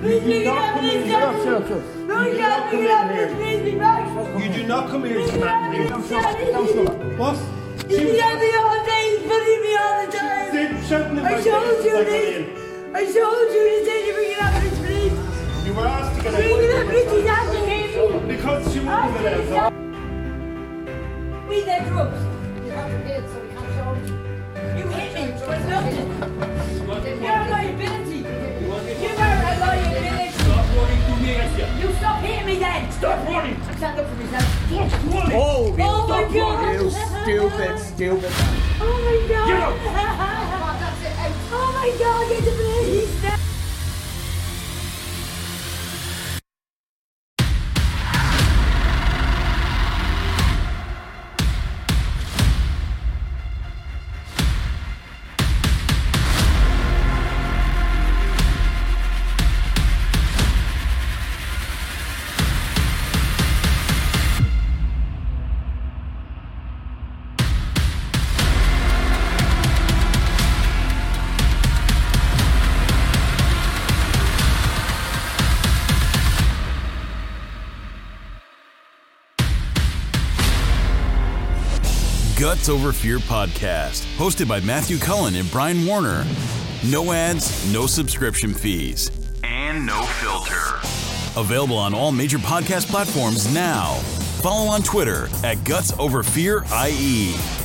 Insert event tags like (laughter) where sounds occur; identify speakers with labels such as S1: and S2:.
S1: You
S2: Please pick
S1: do
S2: it up,
S1: not come
S2: please
S1: in. Shut
S2: help
S1: up,
S2: me.
S1: shut up, shut up.
S2: No,
S1: You
S2: you
S1: do
S2: gotta
S1: not
S2: pick
S1: come in
S2: it up, please,
S1: here.
S2: please, be back.
S1: You do not come here.
S2: Please
S1: Don't
S2: help me,
S1: show up. Don't show up. What?
S2: You
S1: She-
S2: got me all day, he's putting me all the time.
S1: Sit- shut in the
S2: I
S1: back
S2: showed
S1: there.
S2: you
S1: Like
S2: this. I showed you this day to bring it up, please.
S1: You were asked to get
S2: Bring it up,
S1: away.
S2: please, he's after me.
S1: Because she wouldn't
S2: After
S1: get
S2: me,
S1: out.
S2: Me, that drops.
S3: You haven't bid, so we can't show you.
S2: You hit me for nothing. You're a liability. You are a liability.
S4: Stop running to me, Asia.
S2: You stop hitting me then.
S4: Stop running.
S2: I stand up for myself.
S4: Stop running.
S5: Oh, you
S2: Oh my God.
S5: you stupid, stupid.
S2: Oh my god.
S4: Get up.
S3: Oh, that's it, out.
S2: (laughs) Oh my god, get the police.
S6: Guts Over Fear podcast, hosted by Matthew Cullen and Brian Warner. No ads, no subscription fees, and no filter. Available on all major podcast platforms now. Follow on Twitter at Guts Over Fear E. IE.